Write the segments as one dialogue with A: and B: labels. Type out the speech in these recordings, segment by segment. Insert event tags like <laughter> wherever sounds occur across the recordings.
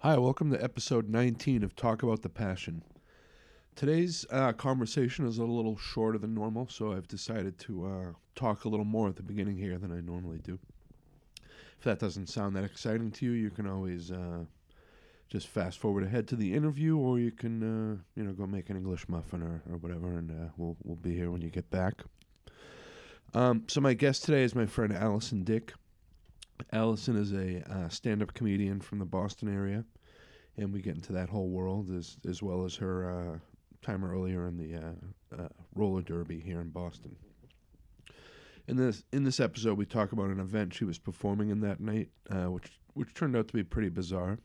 A: Hi, welcome to episode 19 of Talk About the Passion. Today's uh, conversation is a little shorter than normal, so I've decided to uh, talk a little more at the beginning here than I normally do. If that doesn't sound that exciting to you, you can always uh, just fast forward ahead to the interview, or you can, uh, you know, go make an English muffin or, or whatever, and uh, we'll we'll be here when you get back. Um, so my guest today is my friend Allison Dick. Allison is a uh, stand-up comedian from the Boston area, and we get into that whole world as as well as her uh, time earlier in the uh, uh, roller derby here in Boston. In this in this episode, we talk about an event she was performing in that night, uh, which which turned out to be pretty bizarre.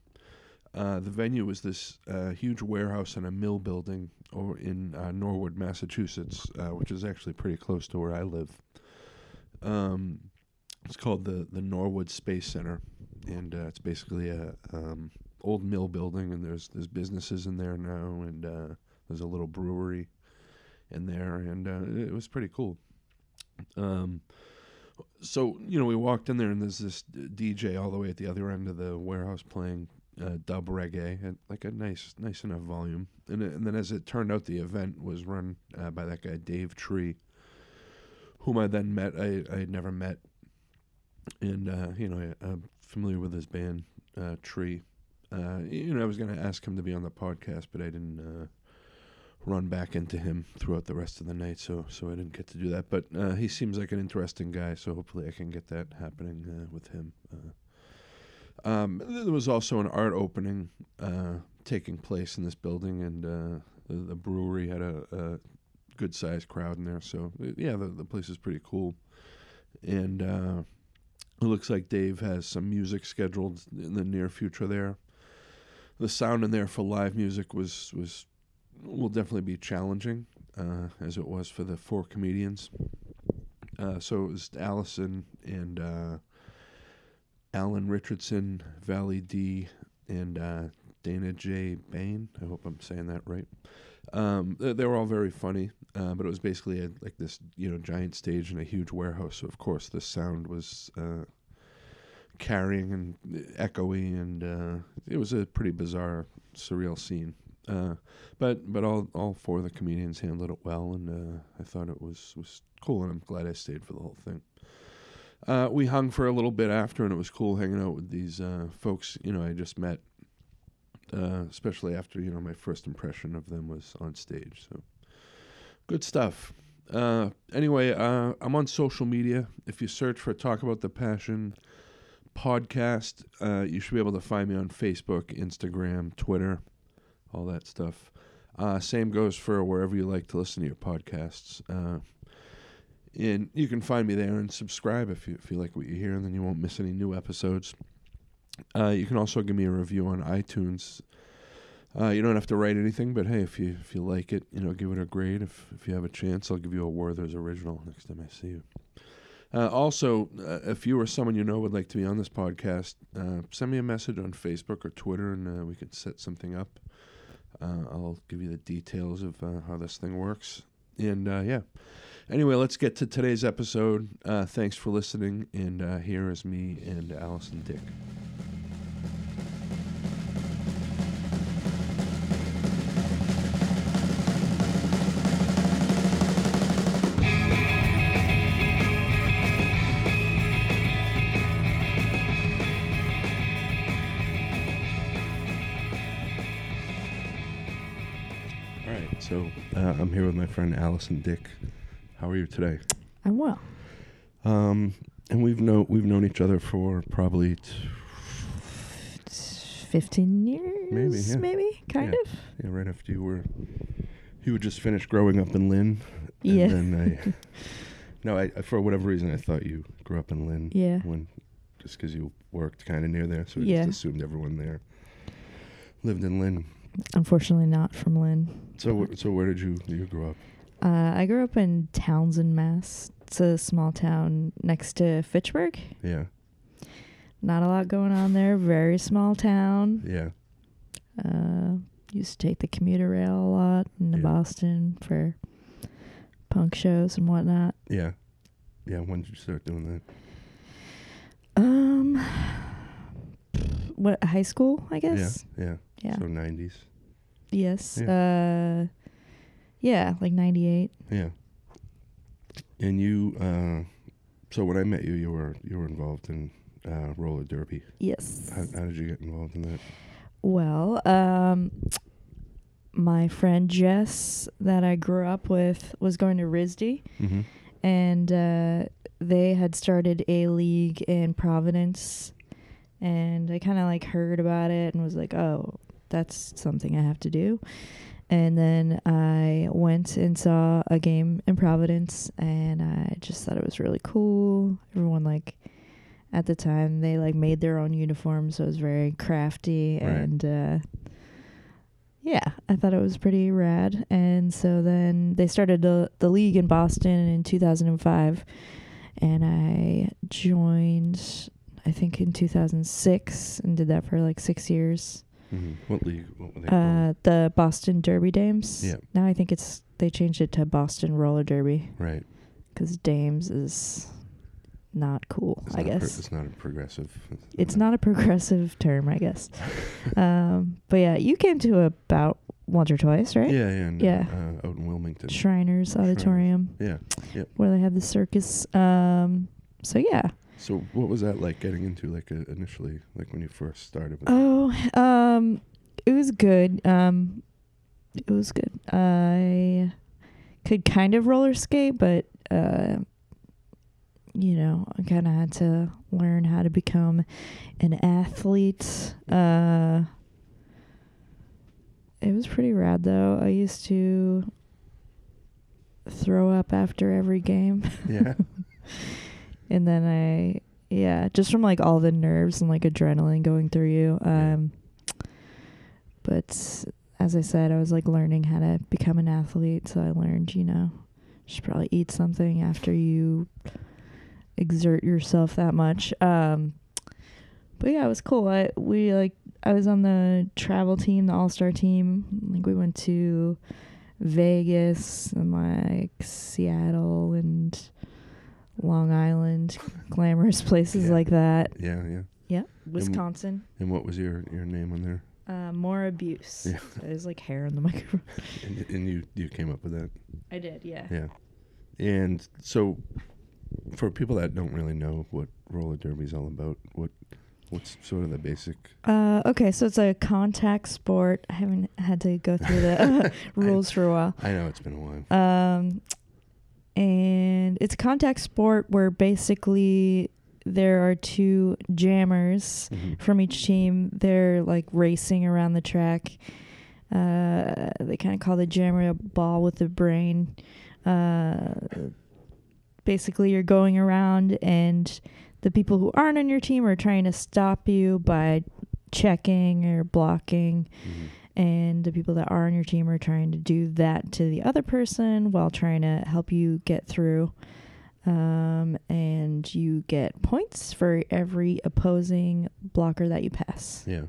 A: Uh, the venue was this uh, huge warehouse and a mill building over in uh, Norwood, Massachusetts, uh, which is actually pretty close to where I live. Um, it's called the the Norwood Space Center, and uh, it's basically a um, old mill building, and there's there's businesses in there now, and uh, there's a little brewery in there, and uh, it was pretty cool. Um, so you know, we walked in there, and there's this d- DJ all the way at the other end of the warehouse playing uh, dub reggae at like a nice nice enough volume, and it- and then as it turned out, the event was run uh, by that guy Dave Tree. Whom I then met, I, I had never met and uh, you know I, I'm familiar with his band uh, Tree. Uh, you know, I was going to ask him to be on the podcast, but I didn't uh, run back into him throughout the rest of the night, so so I didn't get to do that. But uh, he seems like an interesting guy, so hopefully I can get that happening uh, with him. Uh, um, th- there was also an art opening uh, taking place in this building, and uh, the, the brewery had a, a good sized crowd in there. So uh, yeah, the, the place is pretty cool, and. Uh, it looks like Dave has some music scheduled in the near future there. The sound in there for live music was was will definitely be challenging, uh, as it was for the four comedians. Uh, so it was Allison and uh, Alan Richardson, Valley D, and uh, Dana J. Bain. I hope I'm saying that right. Um, they, they were all very funny, uh, but it was basically a, like this, you know, giant stage and a huge warehouse. So of course the sound was uh, carrying and echoey, and uh, it was a pretty bizarre, surreal scene. Uh, but but all all four of the comedians handled it well, and uh, I thought it was was cool, and I'm glad I stayed for the whole thing. Uh, we hung for a little bit after, and it was cool hanging out with these uh, folks. You know, I just met uh, especially after you know my first impression of them was on stage. So good stuff. Uh, anyway, uh, I'm on social media. If you search for "Talk About the Passion" podcast, uh, you should be able to find me on Facebook, Instagram, Twitter, all that stuff. Uh, same goes for wherever you like to listen to your podcasts. Uh, and you can find me there and subscribe if you, if you like what you hear, and then you won't miss any new episodes. Uh, you can also give me a review on iTunes. Uh, you don't have to write anything, but hey, if you if you like it, you know, give it a grade. If if you have a chance, I'll give you a Werther's original next time I see you. Uh, also, uh, if you or someone you know would like to be on this podcast, uh, send me a message on Facebook or Twitter, and uh, we can set something up. Uh, I'll give you the details of uh, how this thing works. And uh, yeah, anyway, let's get to today's episode. Uh, thanks for listening, and uh, here is me and Allison Dick. All right, so uh, I'm here with my friend Allison Dick. How are you today?
B: I'm Uh, well.
A: Um, and we've known we've known each other for probably t-
B: 15 years?
A: Maybe, yeah.
B: maybe, kind
A: Yeah.
B: of.
A: yeah, right after you were you would just finished growing up in Lynn. And
B: Yeah.
A: Then
B: <laughs>
A: I, no, I, I for whatever reason I thought you grew up in Lynn.
B: Yeah.
A: When just because you worked kind of near there, so I
B: Yeah.
A: just assumed everyone there lived in Lynn.
B: Unfortunately, not from Lynn.
A: So wh- so where did you you grow up?
B: Uh, I grew up in Townsend, Mass. It's a small town next to Fitchburg.
A: Yeah.
B: Not a lot going on there. Very small town.
A: Yeah.
B: Uh, used to take the commuter rail a lot into
A: Yeah.
B: Boston for punk shows and whatnot.
A: Yeah. Yeah. When did you start doing that?
B: Um, what high school, I guess.
A: Yeah, yeah.
B: Yeah.
A: So 90s.
B: Yes. Uh, yeah, like ninety eight.
A: Yeah. And you, uh, so when I met you, you were you were involved in uh, roller derby.
B: Yes.
A: How, how did you get involved in that?
B: Well, um, my friend Jess that I grew up with was going to RISD,
A: Mm-hmm.
B: and uh, they had started a league in Providence, and I kind of like heard about it and was like, oh, that's something I have to do. And then I went and saw a game in Providence, and I just thought it was really cool. Everyone like at the time they like made their own uniforms, so it was very crafty
A: Right.
B: and. Uh, yeah, I thought it was pretty rad. And so then they started the, the league in Boston in 2005. And I joined, I think, in 2006 and did that for like six years.
A: Mm-hmm. What league? What were they called?
B: Uh, the Boston Derby Dames.
A: Yeah.
B: Now I think it's, they changed it to Boston Roller Derby
A: Right.
B: because Dames is not cool,
A: It's
B: I
A: not a pro-
B: guess.
A: it's not a progressive. uh,
B: it's not a progressive <laughs> term,
A: <laughs>
B: I guess. um, but yeah, you came to about once or twice, right?
A: Yeah, yeah. And,
B: Yeah.
A: Uh, out in Wilmington.
B: Shriners
A: Shriners.
B: Auditorium
A: Yeah.
B: where they have the circus. Um, so yeah.
A: So what was that like getting into, like uh, initially, like when you first started? With
B: Oh, um, it was good. Um, it was good. I could kind of roller skate, but uh, you know, I kind of had to learn how to become an athlete. Uh, it was pretty rad though. I used to throw up after every game.
A: Yeah.
B: and then I yeah, just from like all the nerves and like adrenaline going through you.
A: Yeah.
B: Um but as I said, I was like learning how to become an athlete, so I learned, you know, should probably eat something after you exert yourself that much. Um but yeah, it was cool. I we like I was on the travel team, the all star team. Like we went to Vegas and like Seattle and
A: <laughs>
B: Long Island, glamorous places
A: Yeah.
B: like that.
A: yeah, yeah.
B: Yeah, Wisconsin.
A: And what was your your name on there?
B: Uh, more abuse. <laughs>
A: Yeah.
B: So it was like hair on the <laughs> microphone.
A: And, and you you came up with that.
B: I did, yeah.
A: Yeah. And so, for people that don't really know what roller derby is all about, what what's sort of the basic?
B: Uh, okay, so it's a contact sport. I haven't had to go through the
A: <laughs>
B: <laughs> rules for a while.
A: I know it's been a while.
B: Um, and it's a contact sport where basically there are two jammers
A: Mhm.
B: from each team. They're like racing around the track. Uh, they kind of call the jammer a ball with the brain. Uh, basically, you're going around, and the people who aren't on your team are trying to stop you by checking or blocking
A: Mhm.
B: and the people that are on your team are trying to do that to the other person while trying to help you get through. Um, and you get points for every opposing blocker that you pass.
A: Yeah.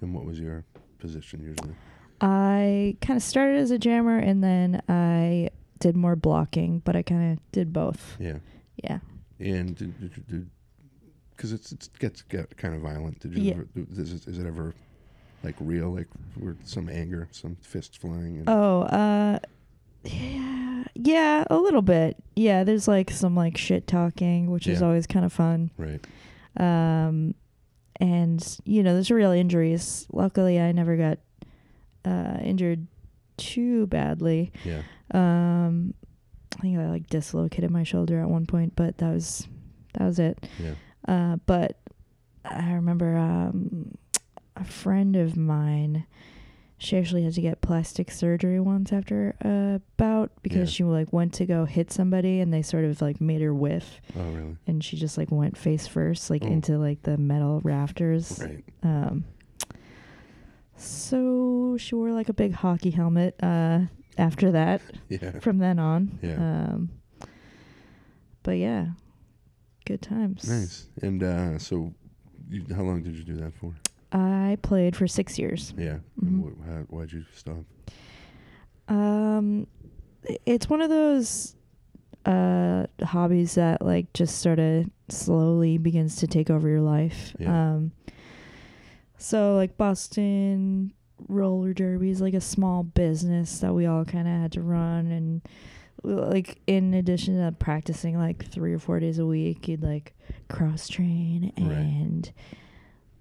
A: And what was your position usually?
B: I kind of started as a jammer and then I did more blocking, but I kind of did both.
A: Yeah.
B: Yeah.
A: And did, did, you do because it's it gets get kind of violent. Did you
B: Yeah.
A: ever? do- Is it, is it ever like real? Like were some anger, some fists flying? And,
B: Oh, uh, yeah, yeah, a little bit. Yeah, there's like some like shit talking, which is
A: Yeah.
B: always kind of fun.
A: Right.
B: um, and you know there's real injuries. Luckily, I never got uh, injured too badly.
A: Yeah.
B: Um, I think I like dislocated my shoulder at one point, but that was that was it.
A: Yeah.
B: Uh, but I remember um, a friend of mine. She actually had to get plastic surgery once after a bout because
A: Yeah.
B: she like went to go hit somebody and they sort of like made her whiff
A: Oh really?
B: and she just like went face first like
A: Oh.
B: into like the metal rafters
A: Right.
B: um so she wore like a big hockey helmet uh after that
A: Yeah.
B: from then on
A: Yeah.
B: um but yeah good times
A: Nice. And uh, so, you, how long did you do that for?
B: i played for six years
A: Yeah.
B: Mhm.
A: Wh- how- why'd you stop?
B: Um, it's one of those uh hobbies that like just sort of slowly begins to take over your life.
A: Yeah.
B: Um, So like Boston roller derby is like a small business that we all kind of had to run and like in addition to practicing like 3 or 4 days a week, you'd like cross train
A: Right.
B: and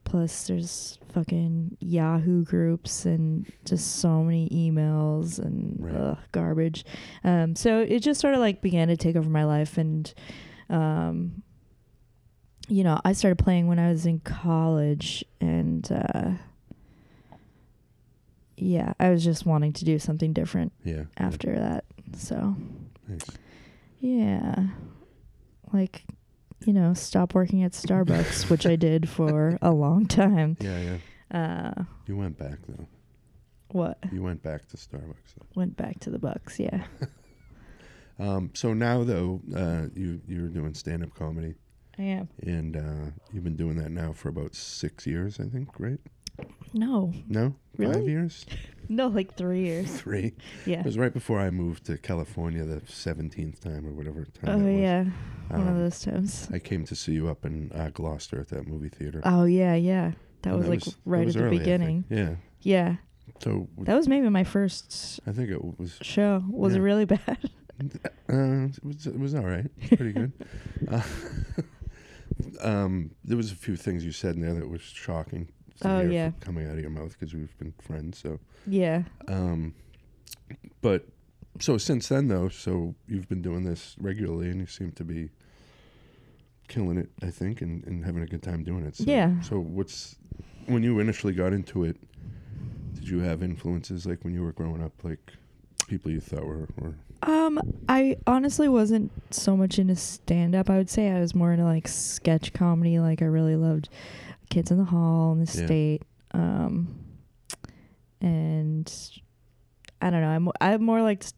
B: plus there's fucking Yahoo groups and just so many emails and
A: Right.
B: ugh, garbage. Um so it just sort of like began to take over my life and um you know, I started playing when I was in college and uh yeah, I was just wanting to do something different
A: Yeah.
B: after that. So,
A: Nice.
B: yeah. Like, you know, stop working at Starbucks, which I did for a long time.
A: Yeah, yeah.
B: Uh
A: You went back
B: <sighs>
A: though.
B: what
A: You went back to Starbucks. Though.
B: went back to the Bucks, yeah.
A: Um, so now though, uh, you you're doing stand up comedy,
B: I am.
A: and uh, you've been doing that now for about six years, I think. Right?
B: No.
A: No, five
B: Really? <laughs>
A: years,
B: No, like 3 years.
A: three.
B: Yeah.
A: It was right before I moved to California the seventeenth time or whatever time.
B: Oh
A: that was.
B: yeah. One of
A: Um,
B: those times.
A: I came to see you up in uh, Gloucester at that movie theater.
B: Oh yeah, yeah. That
A: And
B: was like
A: that
B: right
A: was
B: at the
A: early, I think.
B: beginning.
A: Yeah.
B: Yeah.
A: So w-
B: That was maybe my first
A: I think it was
B: show. Was
A: Yeah.
B: it really <laughs> bad?
A: Uh, it was it was all right. It was pretty good.
B: <laughs>
A: uh, <laughs> um, there was a few things you said in there that was shocking. to
B: Oh,
A: hear
B: yeah.
A: from coming out of your mouth because we've been friends. So,
B: Yeah.
A: um, but so since then though, so you've been doing this regularly and you seem to be killing it. I think and, and having a good time doing it. So,
B: Yeah.
A: So what's when you initially got into it? Did you have influences like when you were growing up, like people you thought were, were
B: Um, I honestly wasn't so much into stand up. I would say I was more into like sketch comedy. Like I really loved Kids in the Hall and the
A: Yeah.
B: State. Um, and I don't know. I'm I'm more like s-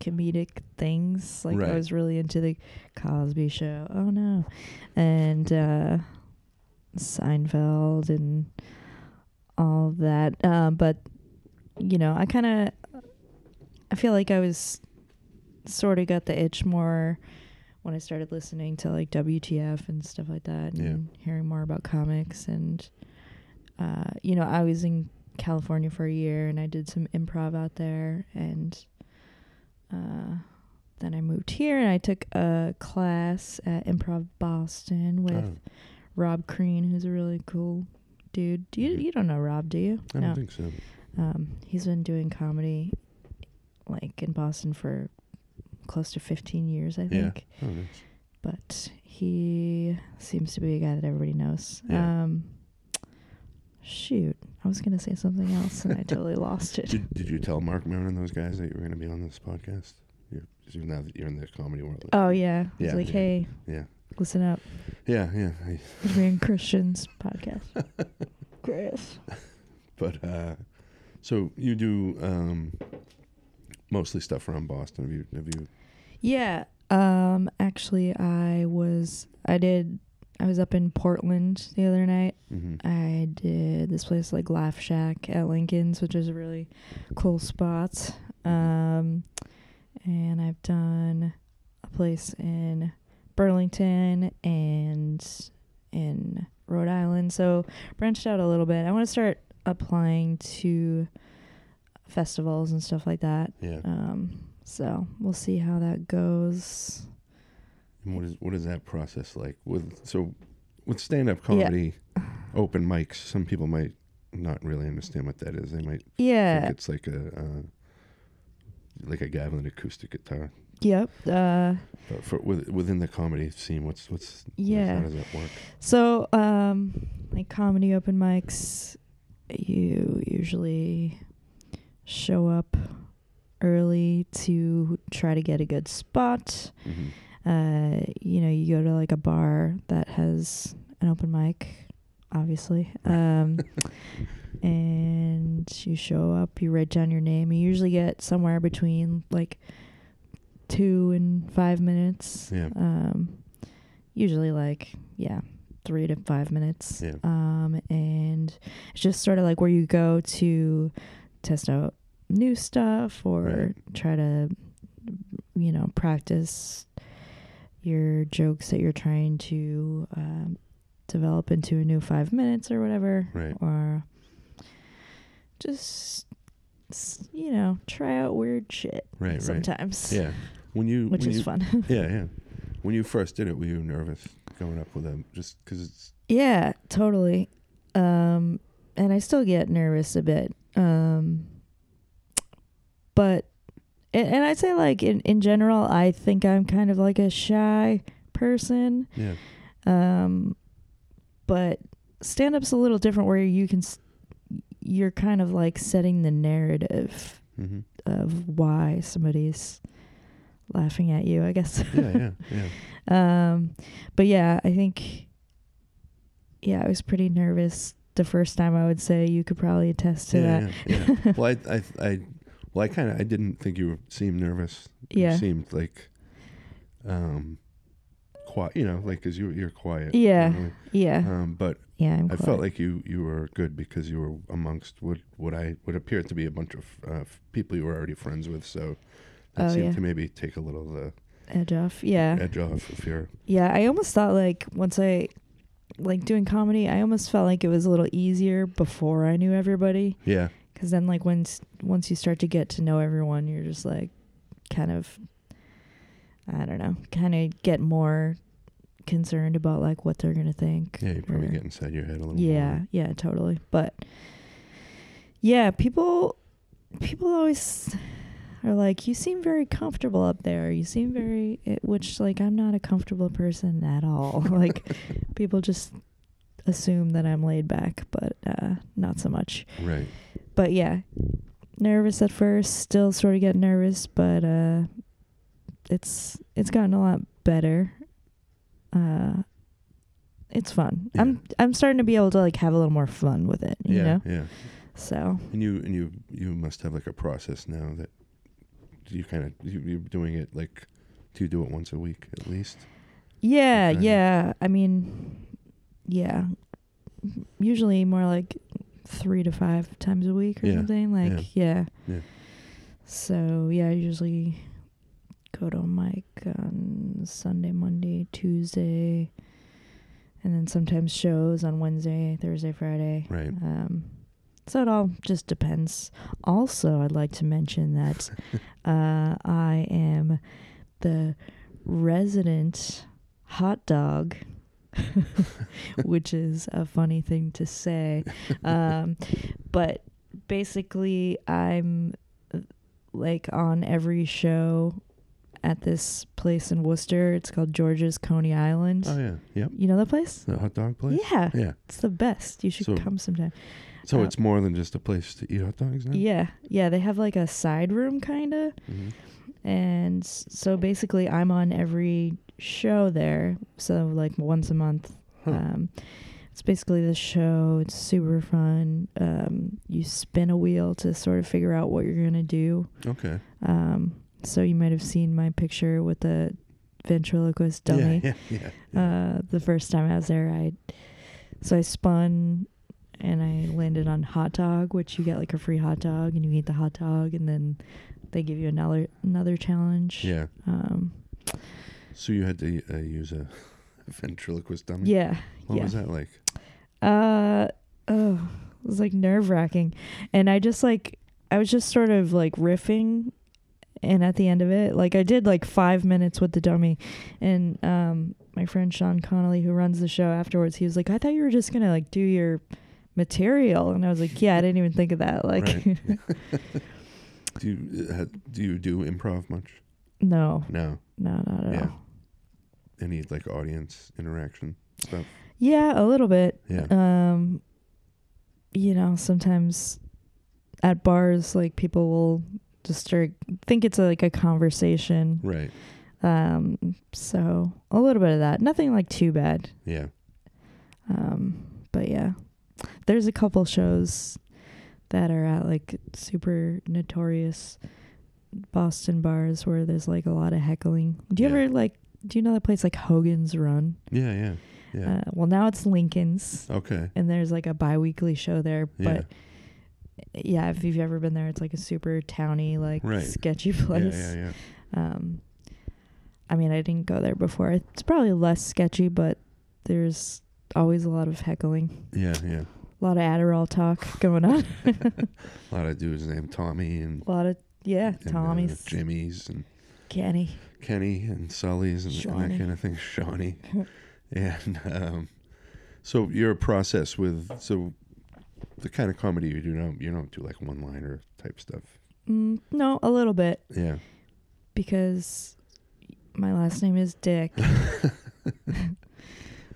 B: comedic things. Like
A: Right.
B: I was really into the Cosby Show. Oh no, and uh, Seinfeld and all of that. Um, but you know, I kind of I feel like I was sort of got the itch more when I started listening to like WTF and stuff like that and
A: Yeah.
B: hearing more about comics and uh you know, I was in California for a year and I did some improv out there and uh then I moved here and I took a class at Improv Boston with
A: Oh,
B: Rob Crean, who's a really cool dude. Do you
A: Mhm.
B: you don't know Rob, do you?
A: I don't think so.
B: Um, he's been doing comedy like in Boston for close to 15 years, I
A: Yeah.
B: think.
A: Oh, nice.
B: But he seems to be a guy that everybody knows.
A: Yeah.
B: Um, shoot, I was going to say something else and I
A: <laughs>
B: totally lost it.
A: Did, did you tell Mark Maron and those guys that you were going to be on this podcast? You're, so now that you're in the comedy world.
B: Oh, yeah. I was
A: Yeah,
B: like,
A: yeah,
B: hey,
A: yeah.
B: listen up.
A: Yeah, yeah. I-
B: Korean Christians podcast.
A: <laughs>
B: Chris.
A: But uh, so you do um, mostly stuff around Boston. Have you? Have you?
B: Yeah. Um, actually, I was, I did, I was up in Portland the other night
A: mhm.
B: I did this place like Laugh Shack at Lincoln's, which is a really cool spot. Um, and I've done a place in Burlington and in Rhode Island. So branched out a little bit. I want to start applying to festivals and stuff like that.
A: Yeah.
B: Um, so we'll see how that goes.
A: And what is what is that process like? With so with stand up comedy, open mics. Some people might not really understand what that is. They might
B: Yeah.
A: think it's like a uh, like a gaveling acoustic guitar.
B: Yep. Uh,
A: But for with, within the comedy scene, what's what's
B: Yeah.
A: How does that work?
B: So, um, like comedy open mics, you usually show up early to try to get a good spot.
A: Mhm.
B: Uh, you know, you go to like a bar that has an open mic, obviously. Um, and you show up, you write down your name. You usually get somewhere between like two and five minutes.
A: Yeah.
B: Um, usually like, yeah, three to five minutes.
A: Yeah.
B: Um, and it's just sort of like where you go to test out new stuff or
A: Right.
B: try to, you know, practice your jokes that you're trying to um, develop into a new five minutes or whatever.
A: Right.
B: Or just, s- you know, try out weird shit
A: Right, right.
B: sometimes,
A: Yeah. When you
B: which
A: when
B: is
A: you-
B: fun. <laughs>
A: Yeah, yeah. When you first did it, were you nervous going up with them? Just because it's
B: yeah, totally. Um, and I still get nervous a bit. Um, but, and, and I'd say, like, in, in general, I think I'm kind of like a shy person.
A: yeah,
B: Um, but stand up's a little different where you can, s- you're kind of like setting the narrative
A: mm-hmm.
B: of why somebody's laughing at you, I guess. <laughs>
A: yeah, yeah, yeah.
B: Um, but yeah, I think, yeah, I was pretty nervous the first time. I would say you could probably attest to
A: yeah,
B: that.
A: yeah, yeah. Well, I, I, I, well, I kind of, I didn't think you seemed nervous.
B: Yeah.
A: You seemed like, um, quiet. You know, like because you you're quiet.
B: Yeah.
A: normally.
B: Yeah. <laughs>
A: Um, but
B: yeah. I'm
A: I
B: quiet.
A: felt like you you were good because you were amongst what what I would appear to be a bunch of uh, f- people you were already friends with. So that
B: Oh,
A: seemed
B: yeah.
A: to maybe take a little of the
B: edge off. Yeah.
A: edge off if you're
B: Yeah, I almost thought like once I like doing comedy, I almost felt like it was a little easier before I knew everybody
A: yeah
B: cuz then like once once you start to get to know everyone, you're just like kind of I don't know, kind of get more concerned about like what they're going to think.
A: yeah you probably
B: or-
A: get inside your head a little.
B: Yeah, yeah, totally. But yeah, people people always are like you seem very comfortable up there. You seem very it- which like I'm not a comfortable person at all. <laughs> like people just assume that I'm laid back, but uh not so much.
A: more. right.
B: But yeah, nervous at first, still sort of get nervous, but uh it's it's gotten a lot better. Uh it's fun. I'm I'm starting to be able to like have a little more fun with it, you
A: yeah,
B: know?
A: yeah.
B: So,
A: And you and you you must have like a process now that you kind of you, you're doing it like do you do it once a week at least?
B: yeah,
A: Okay.
B: yeah. I mean, yeah. Usually more like 3 to 5 times a week or
A: Yeah,
B: something like yeah.
A: yeah.
B: So, yeah, I usually go to a mic on Sunday, Monday, Tuesday, and then sometimes shows on Wednesday, Thursday, Friday.
A: Right.
B: Um, so it all just depends. Also, I'd like to
A: <laughs>
B: mention that uh, I am the resident hot dog, <laughs> which is a funny thing to say.
A: <laughs>
B: Um, but basically, I'm uh, like on every show at this place in Worcester. It's called George's Coney Island.
A: Oh yeah. Yep.
B: You know that place?
A: The hot dog place.
B: Yeah.
A: Yeah.
B: It's the best. You should
A: So-
B: come sometime.
A: So
B: Uh,
A: it's more than just a place to eat hot dogs now.
B: Yeah. Yeah. They have like a side room kind of.
A: Mhm.
B: And s- so basically, I'm on every show there. So, like, once a month.
A: Huh.
B: Um, it's basically the show. It's super fun. Um, you spin a wheel to sort of figure out what you're going to do.
A: Okay.
B: Um, so, you might have seen my picture with the ventriloquist dummy
A: Yeah. <laughs> Yeah. Yeah.
B: uh, the first time I was there, I so I spun and I landed on hot dog, which you get like a free hot dog, and you eat the hot dog, and then they give you another another challenge.
A: yeah.
B: Um,
A: So you had to uh, use a <laughs> ventriloquist dummy.
B: yeah.
A: What
B: yeah.
A: was that like?
B: Uh oh, it was like nerve wracking, and I just like I was just sort of like riffing, and at the end of it, like I did like five minutes with the dummy, and um my friend Sean Connolly who runs the show afterwards, he was like, I thought you were just gonna like do your material, and I was like, Yeah, I didn't even think of that. Like,
A: Right.
B: <laughs>
A: <laughs> Do you uh, had- do you do improv much?
B: no,
A: No.
B: no, not at
A: Yeah.
B: all.
A: Any like audience interaction
B: <laughs>
A: stuff?
B: Yeah, a little bit.
A: Yeah.
B: um you know sometimes at bars like people will just start think it's like a conversation
A: Right.
B: um so a little bit of that nothing like too bad
A: Yeah.
B: um but yeah there's a couple shows that are at like super notorious boston bars where there's like a lot of heckling do you
A: Yeah.
B: ever like do you know that place like hogan's run
A: Yeah. Yeah. Yeah.
B: uh, well now it's lincoln's
A: Okay.
B: and there's like a bi-weekly show there
A: Yeah.
B: but yeah if you've ever been there it's like a super towny like
A: Right.
B: sketchy place
A: Yeah, yeah, yeah.
B: um i mean i didn't go there before it's probably less sketchy but there's always a lot of heckling,
A: Yeah, yeah.
B: a lot of Adderall talk
A: <laughs>
B: going on,
A: A lot of dudes named Tommy and,
B: a lot of yeah,
A: and, uh,
B: Tommy's,
A: Jimmy's and
B: Kenny.
A: Kenny and Sully's and, and
B: Shawnee.
A: that kind of thing.
B: <laughs>
A: Shawnee. and um, so your process with so the kind of comedy you do now you don't do like one liner type stuff.
B: Mm, no, a little bit
A: Yeah.
B: because my last name
A: <laughs>
B: is Dick. <laughs>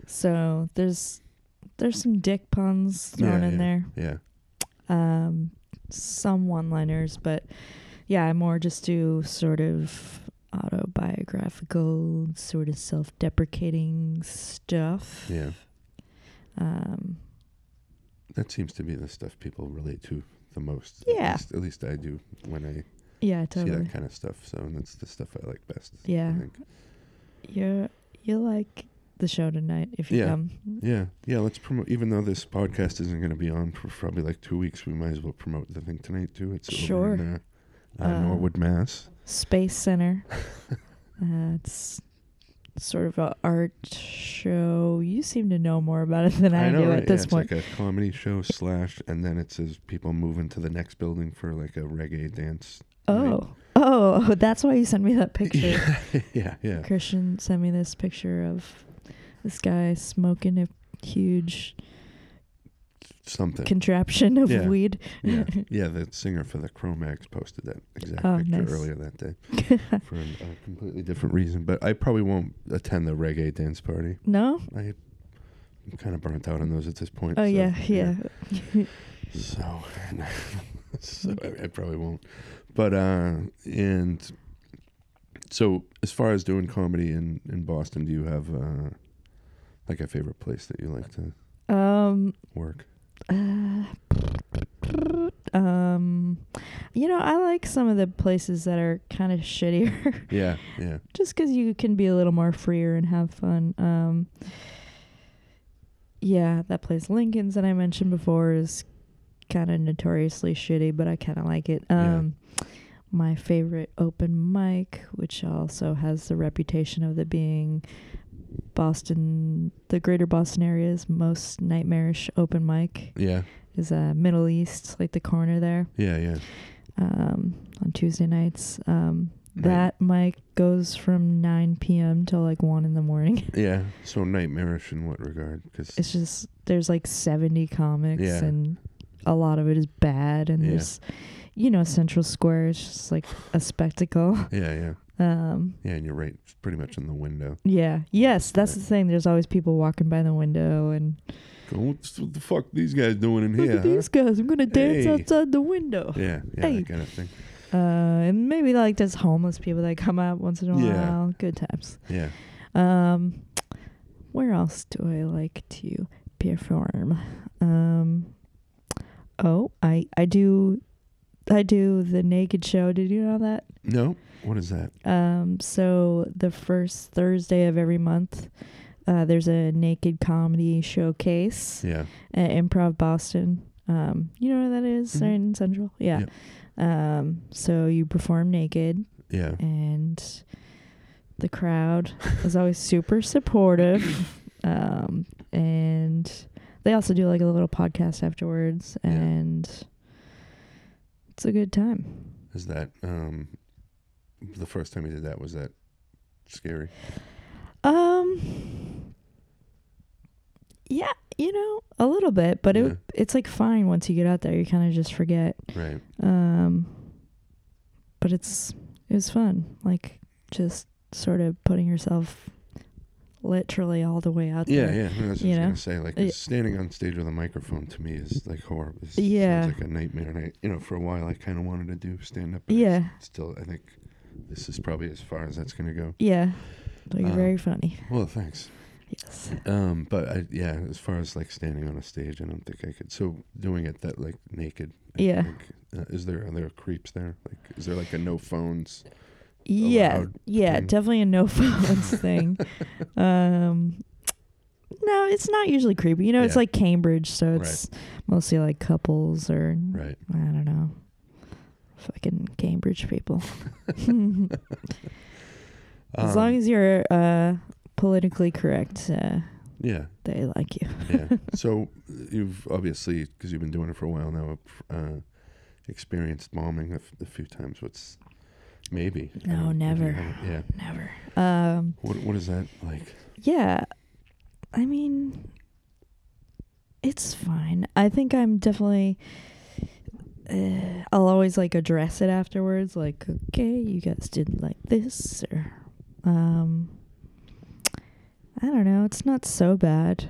B: so there's there's some dick puns thrown
A: Yeah,
B: in
A: yeah.
B: there.
A: Yeah.
B: um, some one-liners, but yeah, I more just do sort of autobiographical, sort of self-deprecating stuff.
A: Yeah.
B: Um,
A: That seems to be the stuff people relate to the most.
B: Yeah.
A: At least, at least I do when I
B: yeah,
A: see
B: totally.
A: that kind of stuff. So and that's the stuff I like best.
B: Yeah.
A: I think.
B: You're you like the show tonight if you
A: Yeah.
B: come.
A: Yeah. Yeah. Let's promote. Even though this podcast isn't going to be on for probably like two weeks, we might as well promote the thing tonight too. It's
B: Sure.
A: Over in, uh, uh,
B: Uh,
A: Norwood, Mass.
B: Space
A: <laughs>
B: Center. uh, it's sort of a art show. You seem to know more about it than I, do
A: Yeah,
B: at this
A: it's
B: point.
A: like a comedy show slash, and then it says people move into the next building for like a reggae dance.
B: oh. oh, <laughs> that's why you sent
A: <laughs>
B: me that picture.
A: yeah, yeah,
B: Christian sent me this picture of this guy smoking a huge
A: something.
B: contraption of
A: Yeah.
B: weed. <laughs>
A: yeah, yeah. The singer for the Chromax posted that exact
B: Oh,
A: picture
B: nice.
A: earlier that day for an- a completely different reason. But I probably won't attend the reggae dance party.
B: no?
A: I'm kind of burnt out on those at this point.
B: Oh
A: so,
B: yeah, yeah. <laughs>
A: So, <laughs> so I, I probably won't. But uh, and so as far as doing comedy in in Boston, do you have uh, like a favorite place that you like to
B: Um
A: work?
B: uh, <laughs> um you know, I like some of the places that are kind of shittier <laughs>
A: Yeah, yeah,
B: just cuz you can be a little more freer and have fun. Um Yeah, that place Lincoln's that I mentioned before is kind of notoriously shitty, but I kind of like it.
A: Yeah.
B: Um, My favorite open mic, which also has the reputation of the being Boston, the greater Boston area's most nightmarish open mic,
A: yeah,
B: is uh, Middle East, like the corner there
A: yeah, yeah.
B: um, on Tuesday nights. Um, that mic goes from 9 p.m. till like 1 in the morning. <laughs>
A: yeah. So nightmarish in what regard? Because
B: it's just there's like 70 comics
A: Yeah.
B: and a lot of it is bad and
A: Yeah.
B: there's you know central square is just like a spectacle <laughs>
A: yeah, yeah,
B: um
A: yeah. And you're right, it's pretty much in the window.
B: yeah yes that's
A: Right.
B: the thing there's always people walking by the wingo and
A: Go, What's, what the fuck these guys doing in
B: look
A: here?
B: at
A: huh?"
B: these guys i'm gonna dance
A: Hey.
B: outside the window
A: Yeah, yeah,
B: Hey.
A: that kind of thing.
B: uh and maybe like there's homeless people that come out once in a
A: Yeah.
B: while good times
A: Yeah,
B: um where else do i like to perform um oh i i do i do the naked show did you know that
A: no, what is that?
B: um so the first thursday of every month uh there's a naked comedy showcase
A: Yeah,
B: at improv boston um you know where that is?
A: Mhm.
B: Right in central yeah um so you perform naked
A: yeah,
B: and the crowd is always super supportive.
A: <coughs>
B: Um, and they also do like a little podcast afterwards,
A: Yeah.
B: and it's a good time.
A: Is that um the first time you did that was that scary?
B: Um, yeah, you know, a little bit, but
A: Yeah.
B: it it's like fine once you get out there. You kind of just forget.
A: Right.
B: Um, but it's it was fun, like just sort of putting yourself literally all the way out
A: Yeah,
B: there.
A: yeah. I was
B: You
A: just
B: know? Uh,
A: gonna say like
B: Yeah.
A: standing on stage with a microphone to me is like horrible. It's,
B: Yeah.
A: Sounds like a nightmare. And I, you know, for a while I kind of wanted to do stand up.
B: Yeah,
A: Still, I think this is probably as far as that's gonna go.
B: yeah. Like
A: Um,
B: very funny.
A: Well, thanks.
B: Yes.
A: Um, but I, yeah, as far as like standing on a stage, I don't think I could. So doing it that like naked. I
B: Yeah.
A: think, uh, is there are there creeps there? Like, is there like a no phones?
B: Yeah,
A: loud
B: yeah.
A: thing.
B: Definitely a no <laughs> phones
A: <laughs>
B: thing. Um, no, it's not usually creepy. You know, it's
A: Yeah.
B: like Cambridge, so
A: Right.
B: it's mostly like couples or
A: Right.
B: I don't know, fucking Cambridge people. <laughs>
A: Um,
B: as long as you're uh, politically correct, uh,
A: Yeah,
B: they like you.
A: yeah. <laughs> so you've obviously, because you've been doing it for a while now, uh, experienced bombing a, f- a few times. What's maybe? I
B: <laughs> No,
A: don't- if you
B: never.
A: haven't- Yeah.
B: Never. Um,
A: What What is that like?
B: yeah. I mean, it's fine. I think I'm definitely. Uh, I'll always like address it afterwards, like, okay, you guys did like this, or, um, I don't know. It's not so bad,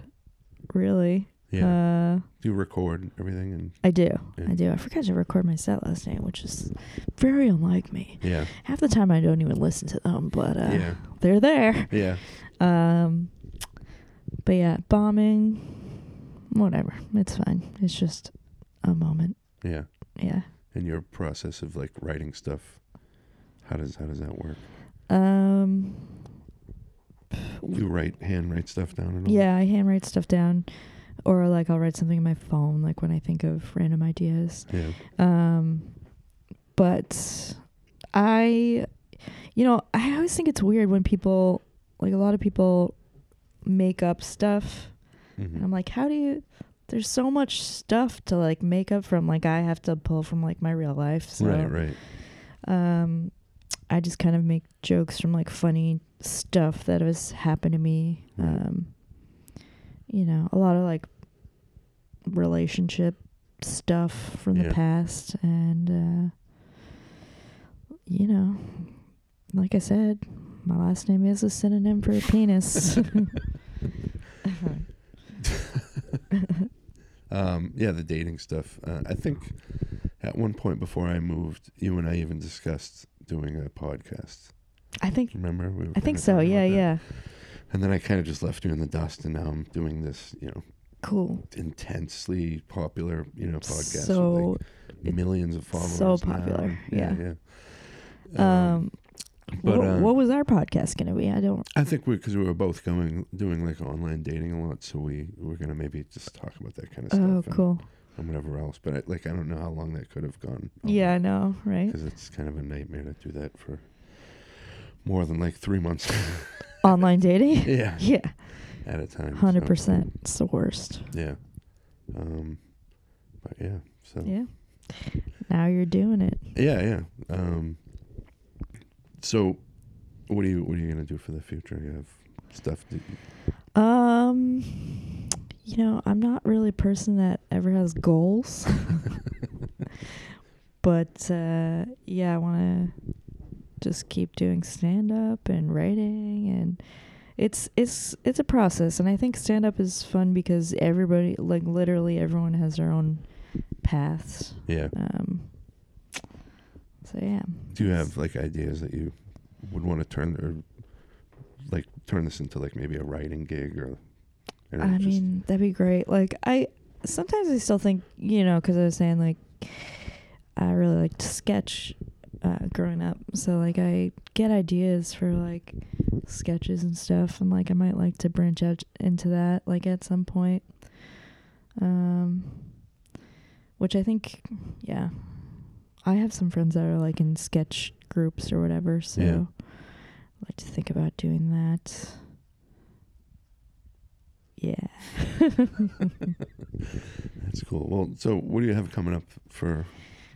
B: really.
A: Yeah.
B: Uh,
A: Do you record everything and
B: I do.
A: Yeah.
B: I do. I forgot to record my set last night, which is very unlike me.
A: yeah,
B: Half the time I don't even listen to them, but uh,
A: yeah,
B: they're there.
A: yeah,
B: Um, but yeah, bombing, whatever. It's fine. It's just a moment.
A: yeah.
B: Yeah.
A: And your process of like writing stuff, how does how does that work?
B: Um,
A: You write handwrite stuff down and all.
B: yeah, I handwrite stuff down, or like I'll write something in my phone, like when I think of random ideas.
A: yeah,
B: Um, but I, you know, I always think it's weird when people, like a lot of people, make up stuff.
A: Mhm.
B: And I'm like, how do you? There's so much stuff to like make up from. Like I have to pull from like my real life. So,
A: right, right,
B: Um, I just kind of make jokes from like funny stuff that has happened to me.
A: Right.
B: Um, you know, a lot of like relationship stuff from
A: Yeah.
B: the past, and uh, you know, like I said, my last name is a synonym for
A: <laughs>
B: a penis.
A: Um, yeah, the dating stuff. Uh, I think at one point before I moved, you and I even discussed doing a podcast.
B: I think.
A: Remember? We were
B: I think
A: kinda
B: so.
A: talking
B: Yeah,
A: about that.
B: yeah.
A: And then I kind of just left you in the dust, and now I'm doing this, you know,
B: Cool.
A: intensely popular, you know, podcast
B: so,
A: with like millions of followers. now.
B: so popular,
A: yeah.
B: um,
A: Um, but
B: what,
A: uh,
B: what was our podcast going to be? I don't.
A: I think we because we were both going doing like online dating a lot, so we we're gonna maybe just talk about that kind of stuff.
B: Oh,
A: and-
B: cool.
A: and whatever else. But I, like, I don't know how long that could have gone.
B: Yeah, I know, right?
A: because it's kind of a nightmare to do that for more than like three months.
B: <laughs> Online
A: <laughs>
B: dating.
A: yeah,
B: <laughs> yeah,
A: at a time. so,
B: hundred percent. It's the worst.
A: Yeah. Um, but yeah. So yeah,
B: Yeah. Now you're doing it.
A: yeah. Um, so what are you what are you gonna do for the future? You have stuff. To,
B: <laughs> Um, you know, I'm not really a person that ever has goals, but uh, yeah, I want to just keep doing stand up and writing, and it's it's it's a process, and I think stand up is fun because everybody, like literally everyone, has their own paths.
A: yeah.
B: Um, so yeah.
A: Do you have like ideas that you would want to turn or like turn this into like maybe a writing gig or? don't know,
B: I
A: just-
B: mean, that'd be great. Like I sometimes I still think, you know, because I was saying like I really liked sketch uh, growing up, so like I get ideas for like sketches and stuff, and like I might like to branch out into that like at some point. Um, which I think, yeah, I have some friends that are like in sketch groups or whatever, so.
A: Yeah.
B: I'd like to think about doing that. Yeah.
A: That's cool. Well, so what do you have coming up for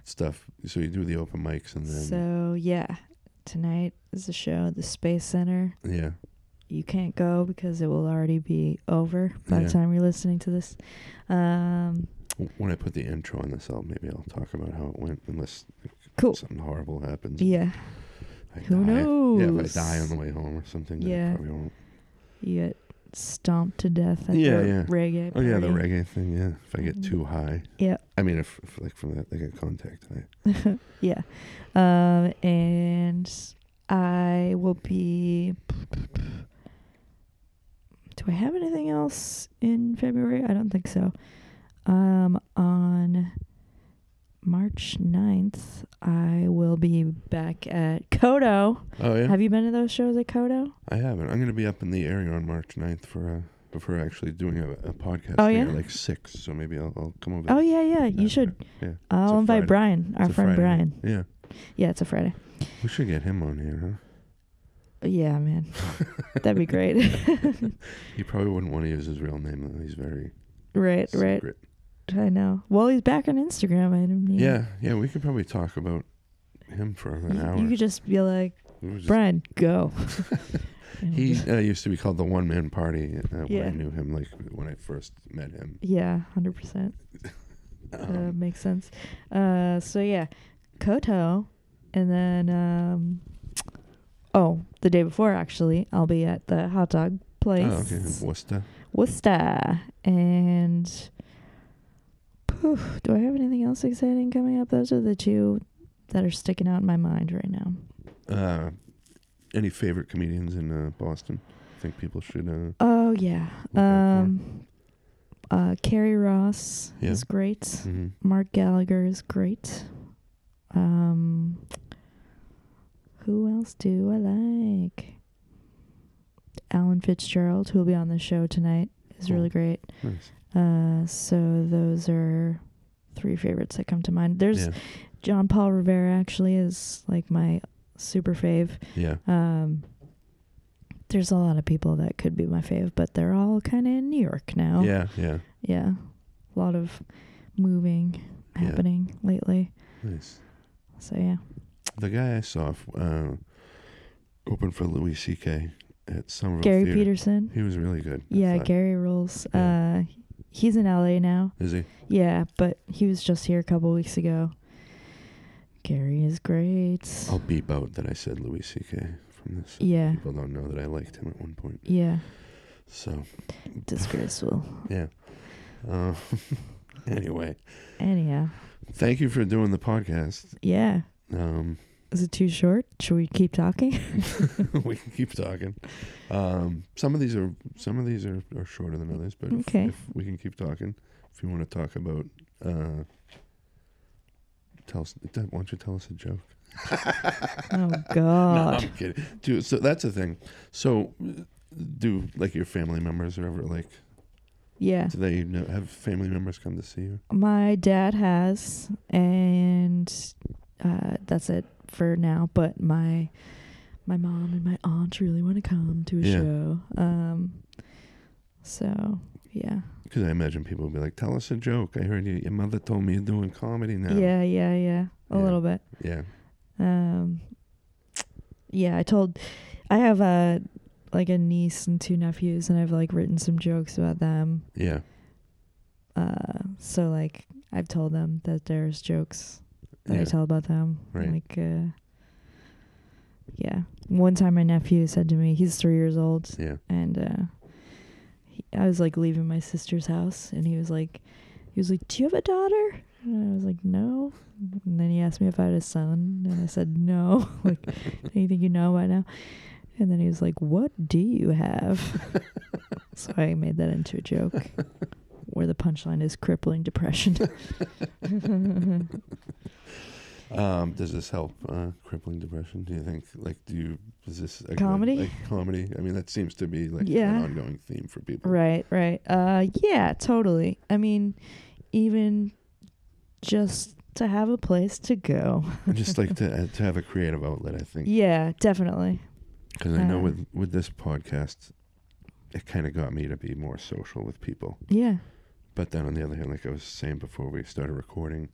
A: stuff? So you do the open mics and then
B: So yeah, tonight is the show at the Space Center.
A: yeah,
B: You can't go because it will already be over by
A: Yeah.
B: the time you're listening to this. Um,
A: W- when I put the intro on this, I'll maybe I'll talk about how it went unless
B: cool.
A: something horrible happens.
B: Yeah,
A: I
B: who
A: Yeah,
B: knows?
A: if I die on the way home or something, yeah,
B: Yeah.
A: probably won't.
B: you get stomped to death at
A: Yeah,
B: the
A: yeah.
B: reggae.
A: Oh yeah, the
B: party.
A: reggae thing. Yeah, if I get
B: Mhm.
A: too high.
B: Yeah.
A: I mean, if, if like from that, like a contact high.
B: yeah. Um, and I will be. Do I have anything else in February? I don't think so. Um, on March 9th, I will be back at Kodo.
A: Oh yeah,
B: Have you been to those shows at Kodo?
A: I haven't. I'm gonna be up in the area on March 9th for uh for actually doing a, a podcast.
B: Oh,
A: thing at,
B: yeah?
A: like six, so maybe I'll, I'll come over.
B: Oh,
A: there.
B: yeah, yeah. You
A: Yeah,
B: should.
A: Yeah,
B: I'll
A: a Friday.
B: invite Brian, our
A: It's a
B: friend
A: Friday night.
B: Brian.
A: Yeah,
B: Yeah, it's a Friday.
A: we should get him on here, huh? <laughs>
B: Yeah, man. That'd be great. <laughs>
A: He probably wouldn't want to use his real name though. He's very
B: right, right.
A: secret.
B: I know. Well, he's back on Instagram. I didn't mean-
A: Yeah, yeah. We could probably talk about him for an
B: You-
A: hour.
B: You could just be like,
A: We would just-
B: Brian,
A: <laughs>
B: go. <laughs>
A: he uh, used to be called the one man party uh, when I
B: Yeah.
A: knew him, like when I first met him.
B: yeah, hundred percent. Uh,
A: Um,
B: makes sense. Uh, so yeah, Koto, and then um, oh, the day before actually, I'll be at the hot dog place,
A: oh, okay. in Worcester.
B: Worcester, and phew, do I have anything else exciting coming up? Those are the two that are sticking out in my mind right now.
A: Uh, any favorite comedians in uh, Boston? I think people should. Uh,
B: Oh yeah,
A: Look out for
B: um, uh, Carrie Ross
A: Yeah.
B: is great.
A: mhm.
B: Mark Gallagher is great. Um, who else do I like? Alan Fitzgerald, who will be on the show tonight, is
A: Cool.
B: really great.
A: Nice.
B: Uh, so those are three favorites that come to mind. There's
A: Yeah,
B: John Paul Rivera actually is like my super fave.
A: yeah.
B: Um, there's a lot of people that could be my fave, but they're all kind of in New York now.
A: yeah, yeah.
B: Yeah. A lot of moving
A: Yeah.
B: happening lately.
A: Nice.
B: So yeah.
A: The guy I saw f- uh, open for Louis C.K. at Somerville
B: Gary
A: Theater.
B: Peterson.
A: He was really good. I
B: yeah,
A: thought.
B: Gary rules.
A: Yeah.
B: Uh he's in LA now.
A: Is he?
B: Yeah, but he was just here a couple weeks ago. Gary is great.
A: I'll beep out that I said Louis C.K. from this.
B: Yeah.
A: People don't know that I liked him at one point.
B: Yeah.
A: So,
B: Disgraceful.
A: yeah. Uh, <laughs> anyway,
B: Anyhow.
A: thank you for doing the podcast.
B: Yeah.
A: Um,
B: Is it too short? Should we keep talking? <laughs>
A: <laughs> we can keep talking. Um, some of these are some of these are, are shorter than others, but if-
B: Okay.
A: if, we can keep talking, if you want to talk about, uh, tell us. Why don't you tell us a joke?
B: <laughs> oh
A: No,
B: god.
A: I'm kidding. Do, so that's the thing. So, do like your family members or ever like
B: Yeah.
A: do they know, have family members come to see you?
B: My dad has, and uh, that's it for now. But my my mom and my aunt really want to come to a
A: Yeah.
B: show. Um, so yeah,
A: Because I imagine people would be like, "Tell us a joke. I heard you, your mother told me you're doing comedy now."
B: yeah, yeah, yeah, a
A: Yeah.
B: little bit.
A: yeah.
B: Um, yeah, I told I have a like a niece and two nephews, and I've like written some jokes about them.
A: Yeah.
B: Uh, so like I've told them that there's jokes that I
A: Yeah.
B: tell about them.
A: Right.
B: Like, uh, yeah. One time my nephew said to me, he's three years old,
A: Yeah.
B: and uh, he, I was like leaving my sister's house, and he was like, he was like, "Do you have a daughter?" And I was like, "No." And then he asked me if I had a son, and I said, "No." <laughs> like, do you think you know by now? And then he was like, "What do you have?" so I made that into a joke, where the punchline is crippling depression.
A: Um, does this help uh, crippling depression? Do you think? Like, do you? Is this a good,
B: Comedy?
A: like, comedy. I mean, that seems to be like
B: Yeah.
A: an ongoing theme for people.
B: Right, right. Uh yeah, totally. I mean, even just to have a place to go.
A: I just like to uh, to have a creative outlet. I think.
B: Yeah, definitely.
A: Because I know
B: Uh,
A: with with this podcast, it kind of got me to be more social with people.
B: Yeah.
A: But then on the other hand, like I was saying before we started recording,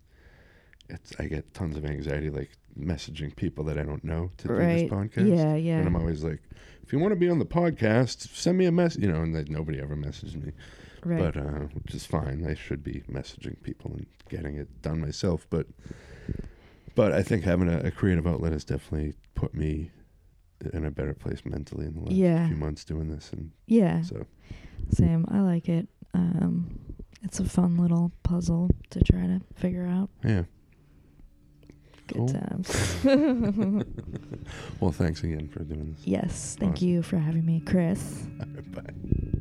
A: it's I get tons of anxiety like messaging people that I don't know to do
B: right.
A: this podcast.
B: Yeah, yeah.
A: And I'm always like, if you want to be on the podcast, send me a message. You know, and like, nobody ever messages me,
B: right.
A: but uh, which is fine. I should be messaging people and getting it done myself. But but I think having a, a creative outlet has definitely put me in a better place mentally in the last
B: Yeah.
A: few months doing this. And
B: yeah.
A: so
B: Same. I like it. Um it's a fun little puzzle to try to figure out.
A: yeah.
B: Good
A: Cool.
B: times.
A: Well, thanks again for doing this.
B: yes. Thank
A: Awesome.
B: you for having me, Chris.
A: All right, bye.